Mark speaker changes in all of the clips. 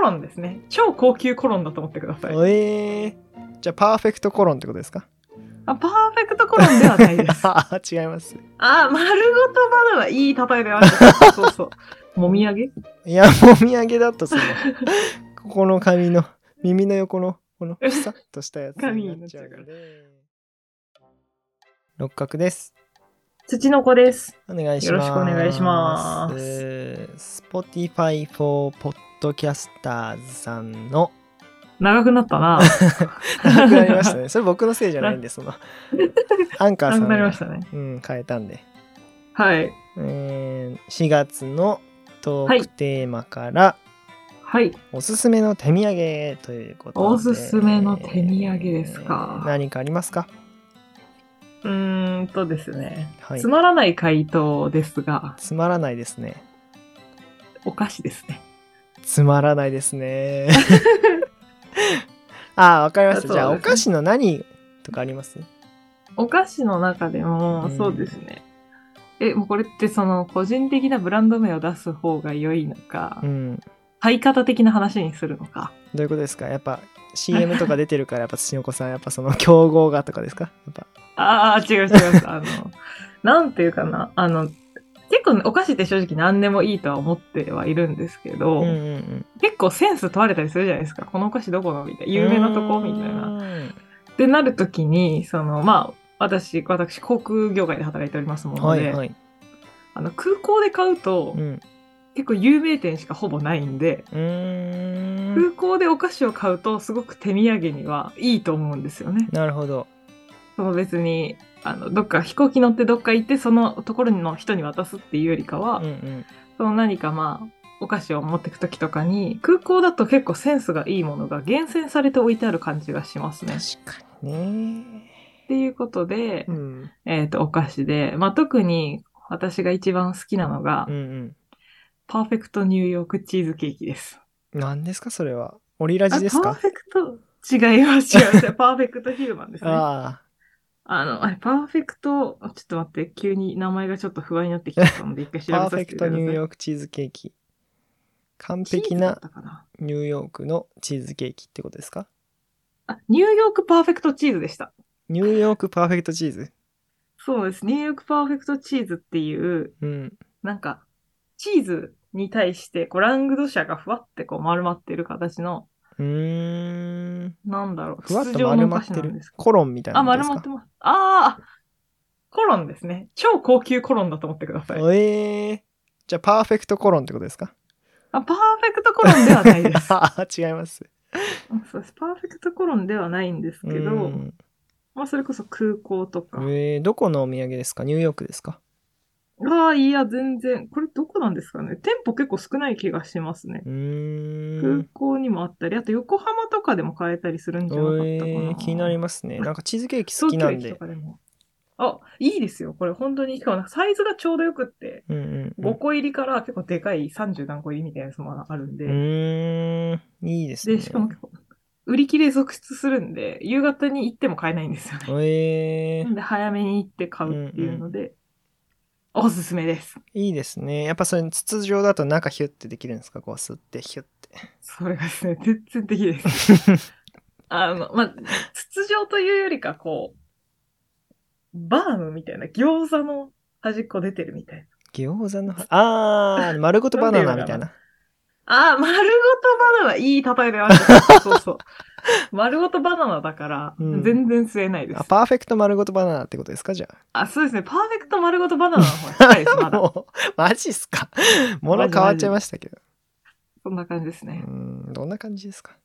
Speaker 1: ロンですね。超高級コロンだと思ってください。
Speaker 2: ええじゃあパーフェクトコロンってことですか
Speaker 1: あパーフェクトコロンではないで す。
Speaker 2: あー違います。
Speaker 1: あ、丸ごとバナナ、いい例えではあ る。そうそう。もみあげ
Speaker 2: いや、もみあげだとその、ここの髪の、 耳の横の、この、ふさっとしたやつ
Speaker 1: 髪に
Speaker 2: にな
Speaker 1: な
Speaker 2: っ
Speaker 1: っ
Speaker 2: ち
Speaker 1: ち
Speaker 2: ゃ
Speaker 1: ゃ
Speaker 2: う
Speaker 1: う
Speaker 2: か
Speaker 1: からら
Speaker 2: 六角です。
Speaker 1: 土の子です。
Speaker 2: お願いします。
Speaker 1: よろしくお願いします。
Speaker 2: Spotify for Podcasters さん の、
Speaker 1: 長くなった な。
Speaker 2: なくなりましたね。それ僕のせいじゃないんで、その、アンカーさ
Speaker 1: 長
Speaker 2: ん
Speaker 1: くなりま
Speaker 2: が
Speaker 1: し、たね。
Speaker 2: うん、変えたんで。
Speaker 1: はい。
Speaker 2: えー4月のトークテーマから、
Speaker 1: はい。
Speaker 2: おすすめの手土産ということで
Speaker 1: おすすめの手土産ですか
Speaker 2: えー何かありますか
Speaker 1: うーんとですね。
Speaker 2: はい
Speaker 1: つまらない回答ですが、
Speaker 2: つまらないですね
Speaker 1: お菓子ですね。
Speaker 2: つまらないで すねあーわかりました、
Speaker 1: そうですね
Speaker 2: じゃあお菓子の何とかあります
Speaker 1: お菓子の中でも、
Speaker 2: うん
Speaker 1: そうですね。え、もうこれってその個人的なブランド名を出す方が良いのか
Speaker 2: う、んど
Speaker 1: 買い方的な話にするのか。
Speaker 2: ういうことですかやっぱ CM とか出てるからやっぱ土の子さんやっぱその競合がとかですかやっぱ
Speaker 1: ああ、違う違う。あの、なんていうかな。あの、結構ねお菓子って正直何でもいいとは思ってはいるんですけど、
Speaker 2: うんうんうん
Speaker 1: 結構センス問われたりするじゃないですか。このお菓子どこのみたいな。有名なとこみたいな。ってなるときに、その、まあ、私、私、航空業界で働いておりますもので、
Speaker 2: はいはい、
Speaker 1: あの空港で買うと、
Speaker 2: うん、
Speaker 1: 結構有名店しかほぼないんで、
Speaker 2: うーん
Speaker 1: 空港でお菓子を買うと、すごく手土産にはいいと思うんですよね。
Speaker 2: なるほど
Speaker 1: その別に、あの、どっか飛行機乗ってどっか行って、そのところの人に渡すっていうよりかは、
Speaker 2: うんうん
Speaker 1: その何かまあ、お菓子を持ってくときとかに、空港だと結構センスがいいものが厳選されて置いてある感じがしますね。
Speaker 2: 確かにね
Speaker 1: っていうことで、
Speaker 2: うん
Speaker 1: えっ、と、お菓子で、まあ特に私が一番好きなのが、
Speaker 2: うんうん
Speaker 1: パーフェクトニューヨークチーズケーキです。
Speaker 2: 何ですかそれはオリラジです
Speaker 1: あパー
Speaker 2: か
Speaker 1: フェクト違います、違います。パーフェクトヒューマンですね。あ
Speaker 2: あ
Speaker 1: の、あれ、パーフェクト、あちょっと待って、急に名前がちょっと不安になってきちゃったので、一回
Speaker 2: あ
Speaker 1: 調べ
Speaker 2: パー
Speaker 1: さ
Speaker 2: フ
Speaker 1: せ
Speaker 2: ェ
Speaker 1: てく
Speaker 2: ク
Speaker 1: だ
Speaker 2: ト
Speaker 1: さい。
Speaker 2: ニューヨークチーズケーキ完
Speaker 1: チーズ
Speaker 2: 璧
Speaker 1: だっ
Speaker 2: な
Speaker 1: たかな。
Speaker 2: ニューヨークのチーズケーキってことですか
Speaker 1: あ、ニューヨークパーフェクトチーズでした。
Speaker 2: ニューヨークパーフェクトチーズ
Speaker 1: そうです。ニューヨークパーフェクトチーズっていう、
Speaker 2: うん
Speaker 1: なんか、チーズに対して、こう、ラングドシャがふわってこう丸まってる形の、
Speaker 2: うーん
Speaker 1: なんだろう、
Speaker 2: ふわっ
Speaker 1: 筒
Speaker 2: と
Speaker 1: 状
Speaker 2: 丸
Speaker 1: のお
Speaker 2: ま
Speaker 1: 菓
Speaker 2: っ
Speaker 1: 子
Speaker 2: て
Speaker 1: なん
Speaker 2: る
Speaker 1: ですけど
Speaker 2: コロンみたいな
Speaker 1: あ、
Speaker 2: ことで
Speaker 1: 丸
Speaker 2: す
Speaker 1: ま
Speaker 2: か
Speaker 1: ってます。ああ、コロンですね。超高級コロンだと思ってください。
Speaker 2: えー、じゃあパーフェクトコロンってことですか
Speaker 1: あ、パーフェクトコロンではない です。
Speaker 2: あ 違います
Speaker 1: そうですパーフェクトコロンではないんですけ
Speaker 2: う
Speaker 1: ど、
Speaker 2: ん
Speaker 1: まあ、それこそ空港とか。
Speaker 2: えー、どこのお土産ですかニューヨークですか
Speaker 1: ああ、いや、全然。これどこなんですかね。店舗結構少ない気がしますね。
Speaker 2: うー
Speaker 1: 空
Speaker 2: ん
Speaker 1: 港にもあったり、あと横浜とかでも買えたりするん
Speaker 2: え
Speaker 1: じゃなかったかな。
Speaker 2: ー、気になりますねなんかチーズケーキ好きなん
Speaker 1: 東京駅と
Speaker 2: で
Speaker 1: かでも。あ、いいですよ。これ本当に。しかもサイズがちょうどよくって、
Speaker 2: うんうんうん
Speaker 1: 5個入りから結構でかい30何個入りみたいなやつもあるんで。
Speaker 2: うーん、いいですね。
Speaker 1: で、しかも結構、売り切れ続出するんで、夕方に行っても買えないんですよね。
Speaker 2: え
Speaker 1: な
Speaker 2: ー
Speaker 1: んで、早めに行って買うっていうので、おすすめです。
Speaker 2: いいですね。やっぱそれ筒状だと中ヒュッてできるんですかこう吸ってヒュッて。
Speaker 1: それがですね、全然できないです。 あの、まあ、筒状というよりか、こう、バームみたいな、餃子の端っこ出てるみたいな。
Speaker 2: 餃子の 葉、あー、丸ごとバナナみたいな。
Speaker 1: あー、丸ごとバナナ、いい例えである。そう そう。丸ごとバナナだから、
Speaker 2: うん
Speaker 1: 全然吸えないです
Speaker 2: あ、。パーフェクト丸ごとバナナってことですかじゃ
Speaker 1: あ、そうですね。パーフェクト丸ごとバナナの方が近い です、ま
Speaker 2: あ。
Speaker 1: だ。
Speaker 2: もう、マジっ すか。物変わっちゃいましたけど。
Speaker 1: そんな感じですね
Speaker 2: う。ん、どんな感じですか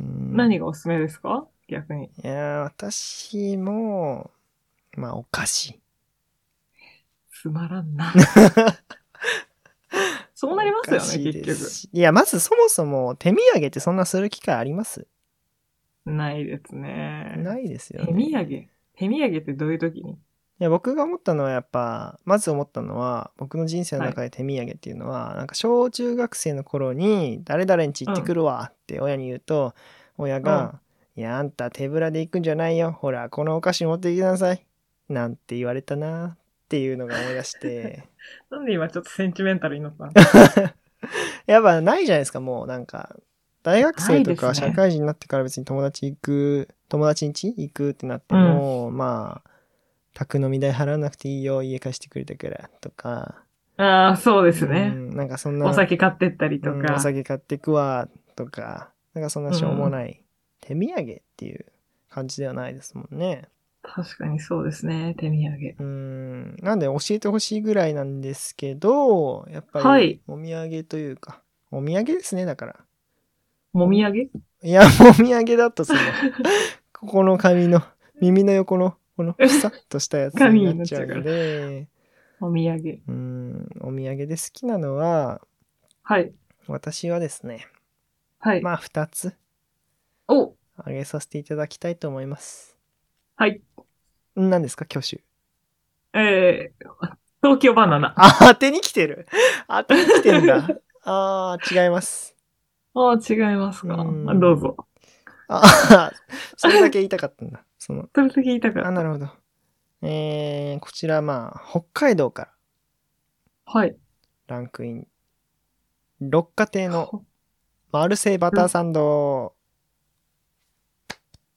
Speaker 2: うーん
Speaker 1: 何
Speaker 2: い
Speaker 1: がおすすめですか逆に。
Speaker 2: やー、私も、まあ、お菓子。
Speaker 1: つまらん な。そうなります
Speaker 2: お菓
Speaker 1: よ
Speaker 2: 子
Speaker 1: ね、
Speaker 2: で
Speaker 1: 結
Speaker 2: すしいや、まずそもそも手土産ってそんなする機会あります
Speaker 1: 局。ないですね。
Speaker 2: ないですよ
Speaker 1: 手
Speaker 2: ね。
Speaker 1: 土産。手土産ってどういう時に
Speaker 2: いや僕が思ったのはやっぱまず思ったのは僕の人生の中で手土産っていうのは、なんか小中学生の頃に「誰々んち行ってくるわ」って親に言うと、親が「いやあんた手ぶらで行くんじゃないよほらこのお菓子持って行きなさい」なんて言われたなっていうのが思い出して
Speaker 1: なんで今ちょっとセンチメンタルになったの
Speaker 2: やっぱないじゃないですかもうなんか大学生と
Speaker 1: な
Speaker 2: か
Speaker 1: いですね
Speaker 2: 社会人になってから別に友達行く、友達ん家行くってなっても、まあ、宅飲み代払わなくていいよ、家貸してくれたから、とか。
Speaker 1: ああ、そうです
Speaker 2: う
Speaker 1: ね。
Speaker 2: んなんかそんな、
Speaker 1: お酒買ってったりと
Speaker 2: うんお
Speaker 1: か。
Speaker 2: 酒買ってくわ、とか。なんかそんなしょうもない、手土産っていう感じではないですもんね。
Speaker 1: 確かにそうですね。手土産。
Speaker 2: うーんなんで教えてほしいぐらいなんですけど、やっぱ
Speaker 1: は
Speaker 2: り
Speaker 1: い
Speaker 2: お土産というか、お土産ですね、だから。
Speaker 1: もみあげ
Speaker 2: いや、お土産だとその、ここの髪の、耳の横の、この、ふさっとしたやつになっちゃうので、
Speaker 1: お土産。
Speaker 2: うーん、お土産で好きなのは、
Speaker 1: はい。
Speaker 2: 私はですね、
Speaker 1: はい。
Speaker 2: まあ2つ
Speaker 1: お
Speaker 2: あげさせていただきたいと思います。
Speaker 1: はい。
Speaker 2: ん何ですか、挙手。
Speaker 1: えー、東京バナナ。
Speaker 2: あ、当てに来てる当てに来てんだ。あー、違います。
Speaker 1: ああ、違いますか。
Speaker 2: うん
Speaker 1: あどうぞ。
Speaker 2: あそれだけ言いたかったんだ。その、
Speaker 1: それだけ言いたか
Speaker 2: あ、
Speaker 1: っ
Speaker 2: なるほど。えー、こちらまあ、北海道から
Speaker 1: た。はい。
Speaker 2: ランクイン。六花亭のマルセイバターサンド。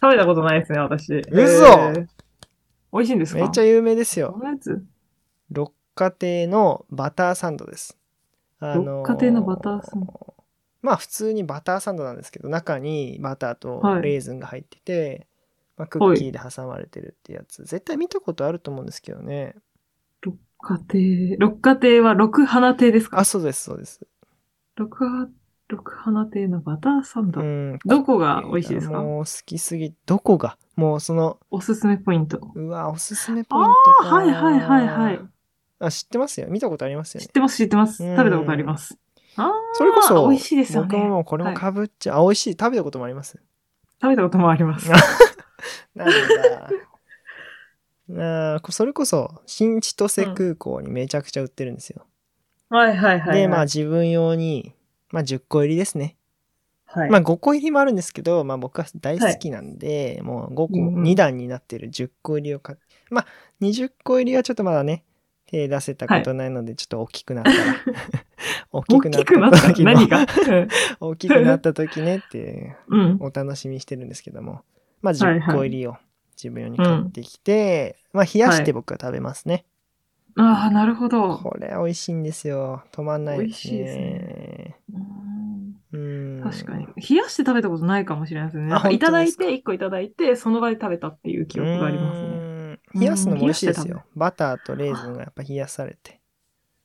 Speaker 1: 食べたことないですね、私。えー美味しいんですか
Speaker 2: めっちゃ有名です
Speaker 1: こ
Speaker 2: よ。
Speaker 1: のやつ
Speaker 2: 六花亭のバターサンドです。あ
Speaker 1: 六花亭のバターサン
Speaker 2: ド。まあ普通にバターサンドなんですけど、中にバターと
Speaker 1: はい
Speaker 2: レーズンが入ってて、まあクッキーで挟まれてるってやつ。絶対見たことあると思うんですけどね。
Speaker 1: 六花亭。六花亭は六花亭ですか
Speaker 2: あ、そうです、そうです。
Speaker 1: 六花、六花亭のバターサンド。
Speaker 2: うん。
Speaker 1: どこが美味しいですか
Speaker 2: もう好きすぎ、どこがもうその、
Speaker 1: おすすめポイント。
Speaker 2: うわ、おすすめポイントか。
Speaker 1: あーはいはいはいはい。
Speaker 2: あ、知ってますよ。見たことありますよ
Speaker 1: 知っ
Speaker 2: ね。
Speaker 1: てます、知ってます。
Speaker 2: うん
Speaker 1: 食べたことあります。ああ、
Speaker 2: それこそ、
Speaker 1: 美味しいですよね。
Speaker 2: 僕ももうこれも
Speaker 1: はい
Speaker 2: かぶっちゃ、あ、美味しい。食べたこともあります。
Speaker 1: 食べたこともあり ます。
Speaker 2: なんだ。 なあそれこそ新千歳空港にめちゃくちゃ売ってるんですよ。
Speaker 1: はいはいはい。
Speaker 2: でまあ、自分用に、まあ、10個入りですね。
Speaker 1: はい、
Speaker 2: まあ5個入りもあるんですけど、まあ僕は大好きなんで、もう5個、
Speaker 1: うんうん
Speaker 2: 2段になってる10個入りを買って、まあ20個入りはちょっとまだね、手出せたことないので、ちょっと大きくなった ら、大
Speaker 1: 大きくなった
Speaker 2: 時の
Speaker 1: 何が
Speaker 2: 大きくなった時ねって
Speaker 1: うん。
Speaker 2: お楽しみにしてるんですけども、まあ
Speaker 1: はいはい
Speaker 2: 10個入りを自分用に買ってきて、まあ冷やして僕は食べますね。
Speaker 1: ああ、なるほど。
Speaker 2: これ美味しいんですよ。止まんないです
Speaker 1: 美味し
Speaker 2: ね。
Speaker 1: いですねうん
Speaker 2: うん。
Speaker 1: 確かに。冷やして食べたことないかもしれないですね。
Speaker 2: あ
Speaker 1: なんかいただい
Speaker 2: 本当
Speaker 1: て、1個いただいて、その場で食べたっていう記憶があります
Speaker 2: う
Speaker 1: ね。
Speaker 2: ん冷やすのも美味しいです
Speaker 1: うん冷やして食べ
Speaker 2: よ。バターとレーズンがやっぱ冷やされて、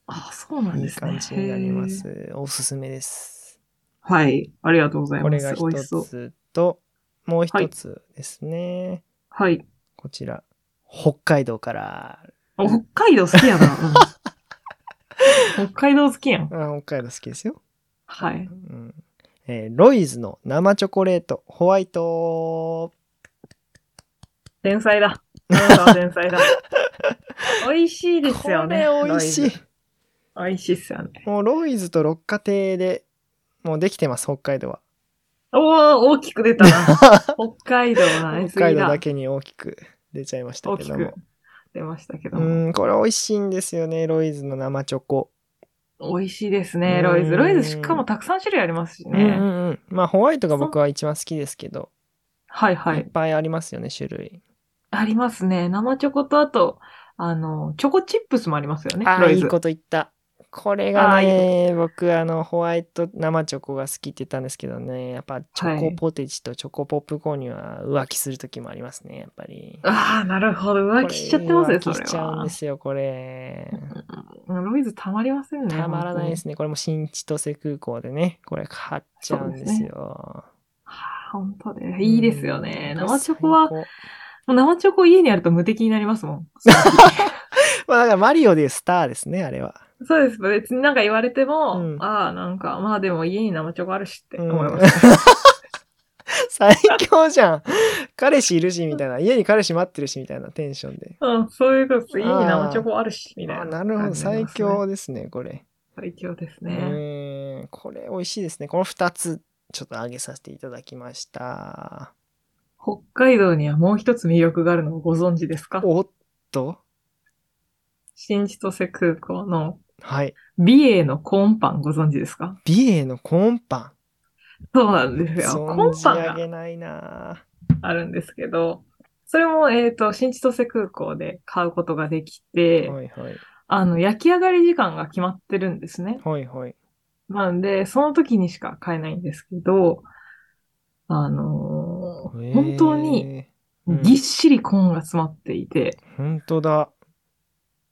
Speaker 1: ああ、そうなん
Speaker 2: いい
Speaker 1: ですね。
Speaker 2: 感じになりま
Speaker 1: へー。
Speaker 2: す。おすすめです。
Speaker 1: はい。ありがとうござい
Speaker 2: こ
Speaker 1: ま
Speaker 2: れ
Speaker 1: す。
Speaker 2: が
Speaker 1: 美味
Speaker 2: 一
Speaker 1: しそう。
Speaker 2: つと、もう一つですね。
Speaker 1: はい。
Speaker 2: こちら、北海道から。
Speaker 1: あ北海道好きやな。うん 北海道好きやん。
Speaker 2: あ北海道好きですよ。
Speaker 1: はい。
Speaker 2: うんえーロイズの生チョコレート、ホワイト。
Speaker 1: 天才だ。あなたは天才だ。 美味しいですよね。
Speaker 2: これ美味し
Speaker 1: ロイ
Speaker 2: い
Speaker 1: ズ。。美味しいっすよね。
Speaker 2: もうロイズと六花亭で、もうできてます、北海道は。
Speaker 1: おお大きく出 たな。北海道の愛す
Speaker 2: 北海
Speaker 1: ぎ
Speaker 2: 道
Speaker 1: だ
Speaker 2: だ。けに大きく出ちゃいました
Speaker 1: 大
Speaker 2: け
Speaker 1: き
Speaker 2: ども
Speaker 1: く。出ましたけども。
Speaker 2: うん、これ美味しいんですよね、ロイズの生チョコ。
Speaker 1: 美味しいです
Speaker 2: うー
Speaker 1: ね、
Speaker 2: ん
Speaker 1: ロイズ。ロイズしかもたくさん種類ありますしね。
Speaker 2: うんうんうん。まあ、ホワイトが僕は一番好きですけど、
Speaker 1: はい
Speaker 2: い
Speaker 1: は
Speaker 2: っ
Speaker 1: い。
Speaker 2: ぱいありますよね、種類。
Speaker 1: ありますね。生チョコとあと、あの、チョコチップスもありますよね、
Speaker 2: ああ、
Speaker 1: ロイ
Speaker 2: いい
Speaker 1: ズ。
Speaker 2: こと言った。これが
Speaker 1: あ
Speaker 2: ね、僕、あの、ホワイト生チョコが好きって言ったんですけどね、やっぱチョコポテチとチョコポップコーンには浮気する時もありますね、やっぱり。
Speaker 1: ああ、なるほど。浮気しちゃってますね、そ
Speaker 2: これ浮
Speaker 1: れ
Speaker 2: 気しちゃうん
Speaker 1: は
Speaker 2: で。すよ、これ。
Speaker 1: うんロイズたまりませんね。
Speaker 2: たまらないですね。これも新千歳空港でね、これ買っちゃうんですよ。
Speaker 1: 本当に。はあ本当で。いいですよね。
Speaker 2: うん
Speaker 1: 生チョコは、
Speaker 2: 最
Speaker 1: も
Speaker 2: 高
Speaker 1: う生チョコ家にあると無敵になりますも ん。
Speaker 2: まあだからマリオでいうスターですね、あれは。
Speaker 1: そうです。別になんか言われても、
Speaker 2: うん
Speaker 1: ああ、なんか、まあでも家に生チョコあるしって
Speaker 2: うん
Speaker 1: 思いました。
Speaker 2: 最強じゃん。彼氏いるし、みたいな。家に彼氏待ってるし、みたいなテンションで。
Speaker 1: うん、 そういうことです。家に生チョコあるし、みたい
Speaker 2: あ
Speaker 1: な。
Speaker 2: なるほど。最。強ですね、これ。
Speaker 1: 最強です
Speaker 2: う
Speaker 1: ね。
Speaker 2: ーん。これ美味しいですね。この2つ、ちょっと上げさせていただきました。
Speaker 1: 北海道にはもう一つ魅力があるのをご存知ですか
Speaker 2: おっと
Speaker 1: 新千歳空港の
Speaker 2: はい。
Speaker 1: 美瑛のコーンパンご存知ですか
Speaker 2: 美瑛のコーンパ
Speaker 1: そうなんですよ。コン
Speaker 2: 存じ
Speaker 1: パ
Speaker 2: 上
Speaker 1: が
Speaker 2: げないな
Speaker 1: あるんですけど、それも、えっ、と、新千歳空港で買うことができ
Speaker 2: ぁ
Speaker 1: て、
Speaker 2: はいはい
Speaker 1: あの、焼き上がり時間が決まってるんですね。
Speaker 2: はいはい
Speaker 1: なんで、その時にしか買えないんですけど、あのー本当に
Speaker 2: えーうん
Speaker 1: ぎっしりコーンが詰まっていて、
Speaker 2: 本当だ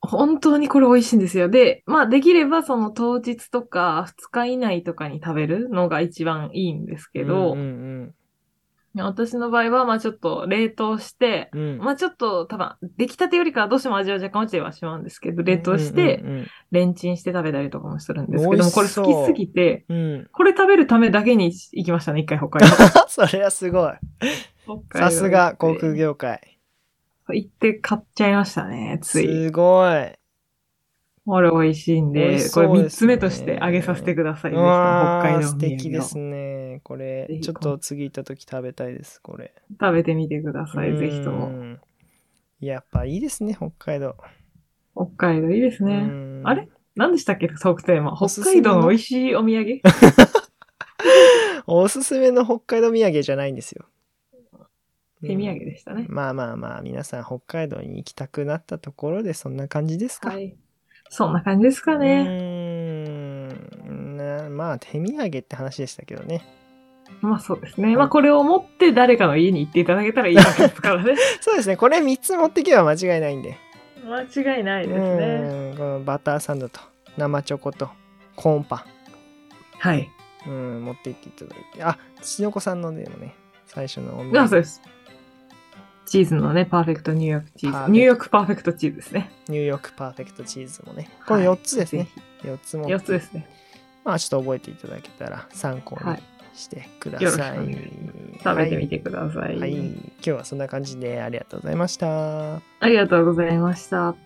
Speaker 1: 本当にこれ美味しいんですよ。で、まあできればその当日とか2日以内とかに食べるのが一番いいんですけど、
Speaker 2: うんうん
Speaker 1: 私の場合はまあちょっと冷凍して、
Speaker 2: うんうん
Speaker 1: まあちょっと多分出来たてよりかはどうしても味は若干落ちてはしまうんですけど、冷凍して
Speaker 2: うんうん
Speaker 1: レンチンして食べたりとかもするんですけ
Speaker 2: 美
Speaker 1: ども、
Speaker 2: 味し
Speaker 1: これ
Speaker 2: そう
Speaker 1: 好きすぎて、
Speaker 2: うんうん
Speaker 1: これ食べるためだけに行きましたね、一回北海道。
Speaker 2: それはすごいさすが航空業界
Speaker 1: 行って買っちゃいましたね、つい。
Speaker 2: すごい
Speaker 1: これ美味しいん
Speaker 2: 美
Speaker 1: で、
Speaker 2: 味し
Speaker 1: こ
Speaker 2: そう
Speaker 1: れ
Speaker 2: ですね
Speaker 1: 3つ目としてあげさせてください。ぜひ
Speaker 2: う
Speaker 1: とも
Speaker 2: わ
Speaker 1: 北海
Speaker 2: ー
Speaker 1: 道
Speaker 2: 素
Speaker 1: の土
Speaker 2: 敵
Speaker 1: 産
Speaker 2: で
Speaker 1: を
Speaker 2: すねこれ
Speaker 1: ぜひ
Speaker 2: ちょっと次行った時食べたいですこれ
Speaker 1: 食べてみてください、ぜひと
Speaker 2: う
Speaker 1: も。
Speaker 2: んやっぱいいですね北海道
Speaker 1: 北海道いいです
Speaker 2: う
Speaker 1: ね。
Speaker 2: ん
Speaker 1: あれ何でしたっけ、トークテーマ。
Speaker 2: おす
Speaker 1: 北
Speaker 2: すめ
Speaker 1: 海
Speaker 2: の
Speaker 1: 道の美味しいお土 産
Speaker 2: おすすめの北海道土産じゃないんですよ。
Speaker 1: 手土産でしたね
Speaker 2: うん。まあまあまあ、皆さん北海道に行きたくなったところでそんな感じですか。
Speaker 1: はい。そんな感じですかね。
Speaker 2: うーんなまあ、手土産って話でしたけどね。
Speaker 1: まあそうですね。まあこれを持って誰かの家に行っていただけたらいいわけですからね。
Speaker 2: そうですね、これ3つ持ってけば間違いないんで。
Speaker 1: 間違いないですね。
Speaker 2: うんこのバターサンドと生チョコとコーンパ
Speaker 1: はい。
Speaker 2: ン、うん、持って行っていただいて。あ、土の子さんのでもね、最初のお土
Speaker 1: あ、そう
Speaker 2: 産、
Speaker 1: です。チーズのね、パーフェクトニューヨークチ
Speaker 2: パー
Speaker 1: ー
Speaker 2: フェ
Speaker 1: ズ。
Speaker 2: クト
Speaker 1: ニューヨークパーフェクトチーズですね。
Speaker 2: ニューヨークパーフェクトチーズもね、この4つですね。4つも。
Speaker 1: 4つですね。
Speaker 2: まあちょっと覚えていただけたら参考
Speaker 1: は
Speaker 2: に
Speaker 1: い
Speaker 2: してくだ
Speaker 1: よろしくお
Speaker 2: さい。
Speaker 1: 願いし食べてみてくださ
Speaker 2: はい、はい。今日はそいな感じでありがとうございました。
Speaker 1: ありがとうございました。